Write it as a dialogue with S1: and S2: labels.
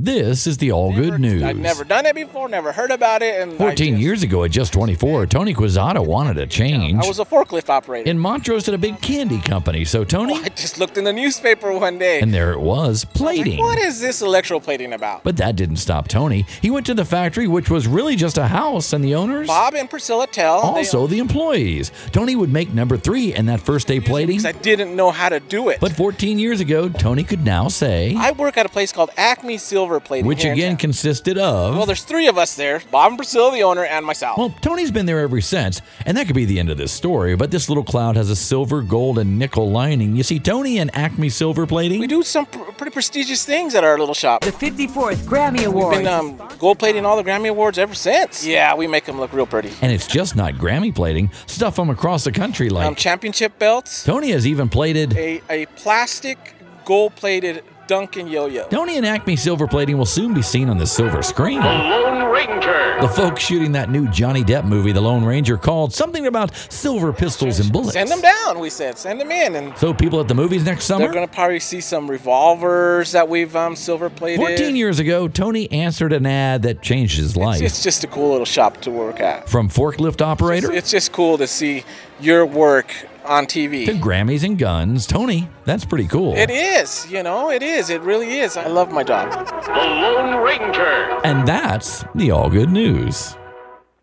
S1: This is the All Good News.
S2: I've never done it before, never heard about it. And I
S1: 14
S2: just-
S1: years ago, at just 24, Tony Quizada wanted a change.
S2: I was a forklift operator.
S1: in Montrose at a big candy company. So Tony,
S2: Oh, I just looked in the newspaper one day.
S1: and there it was,
S2: Like,
S1: plating.
S2: what is this electroplating about?
S1: But that didn't stop Tony. He went to the factory, which was really just a house, and the owners,
S2: Bob and Priscilla Tell. they-
S1: also the employees. Tony would make number three in that first day plating.
S2: 'cause I didn't know how to do it.
S1: But 14 years ago, Tony could now say,
S2: I work at a place called Acme Silver Plating.
S1: which
S2: here in
S1: again
S2: town.
S1: consisted of.
S2: Well, there's three of us there Bob and Priscilla, the owner, and myself.
S1: Well, Tony's been there ever since, and that could be the end of this story. But this little cloud has a silver, gold, and nickel lining. You see, Tony and Acme Silver Plating.
S2: we do some pr- pretty prestigious things at our little shop.
S3: The 54th Grammy Award.
S2: We've been um, gold plating all the Grammy Awards ever since. Yeah, we make them look real pretty.
S1: And it's just not Grammy plating, stuff from across the country like
S2: Um, championship belts,
S1: Tony has even plated.
S2: a, a plastic gold plated Duncan yo yo.
S1: Tony and Acme silver plating will soon be seen on the silver screen.
S4: Lone Ranger.
S1: The folks shooting that new Johnny Depp movie, The Lone Ranger, called something about silver pistols and bullets.
S2: Send them down, we said. Send them in. And
S1: So people at the movies next
S2: they're
S1: summer.
S2: going to probably see some revolvers that we've um, silver plated.
S1: 14 years ago, Tony answered an ad that changed his
S2: It's,
S1: life.
S2: it's just a cool little shop to work at.
S1: From forklift operator
S2: It's just cool to see your work on
S1: to
S2: TV.
S1: Grammys and guns. Tony, that's pretty cool.
S2: It is, you know, it is. It really is. I love my job.
S4: The Lone Ranger.
S1: And that's the all good news.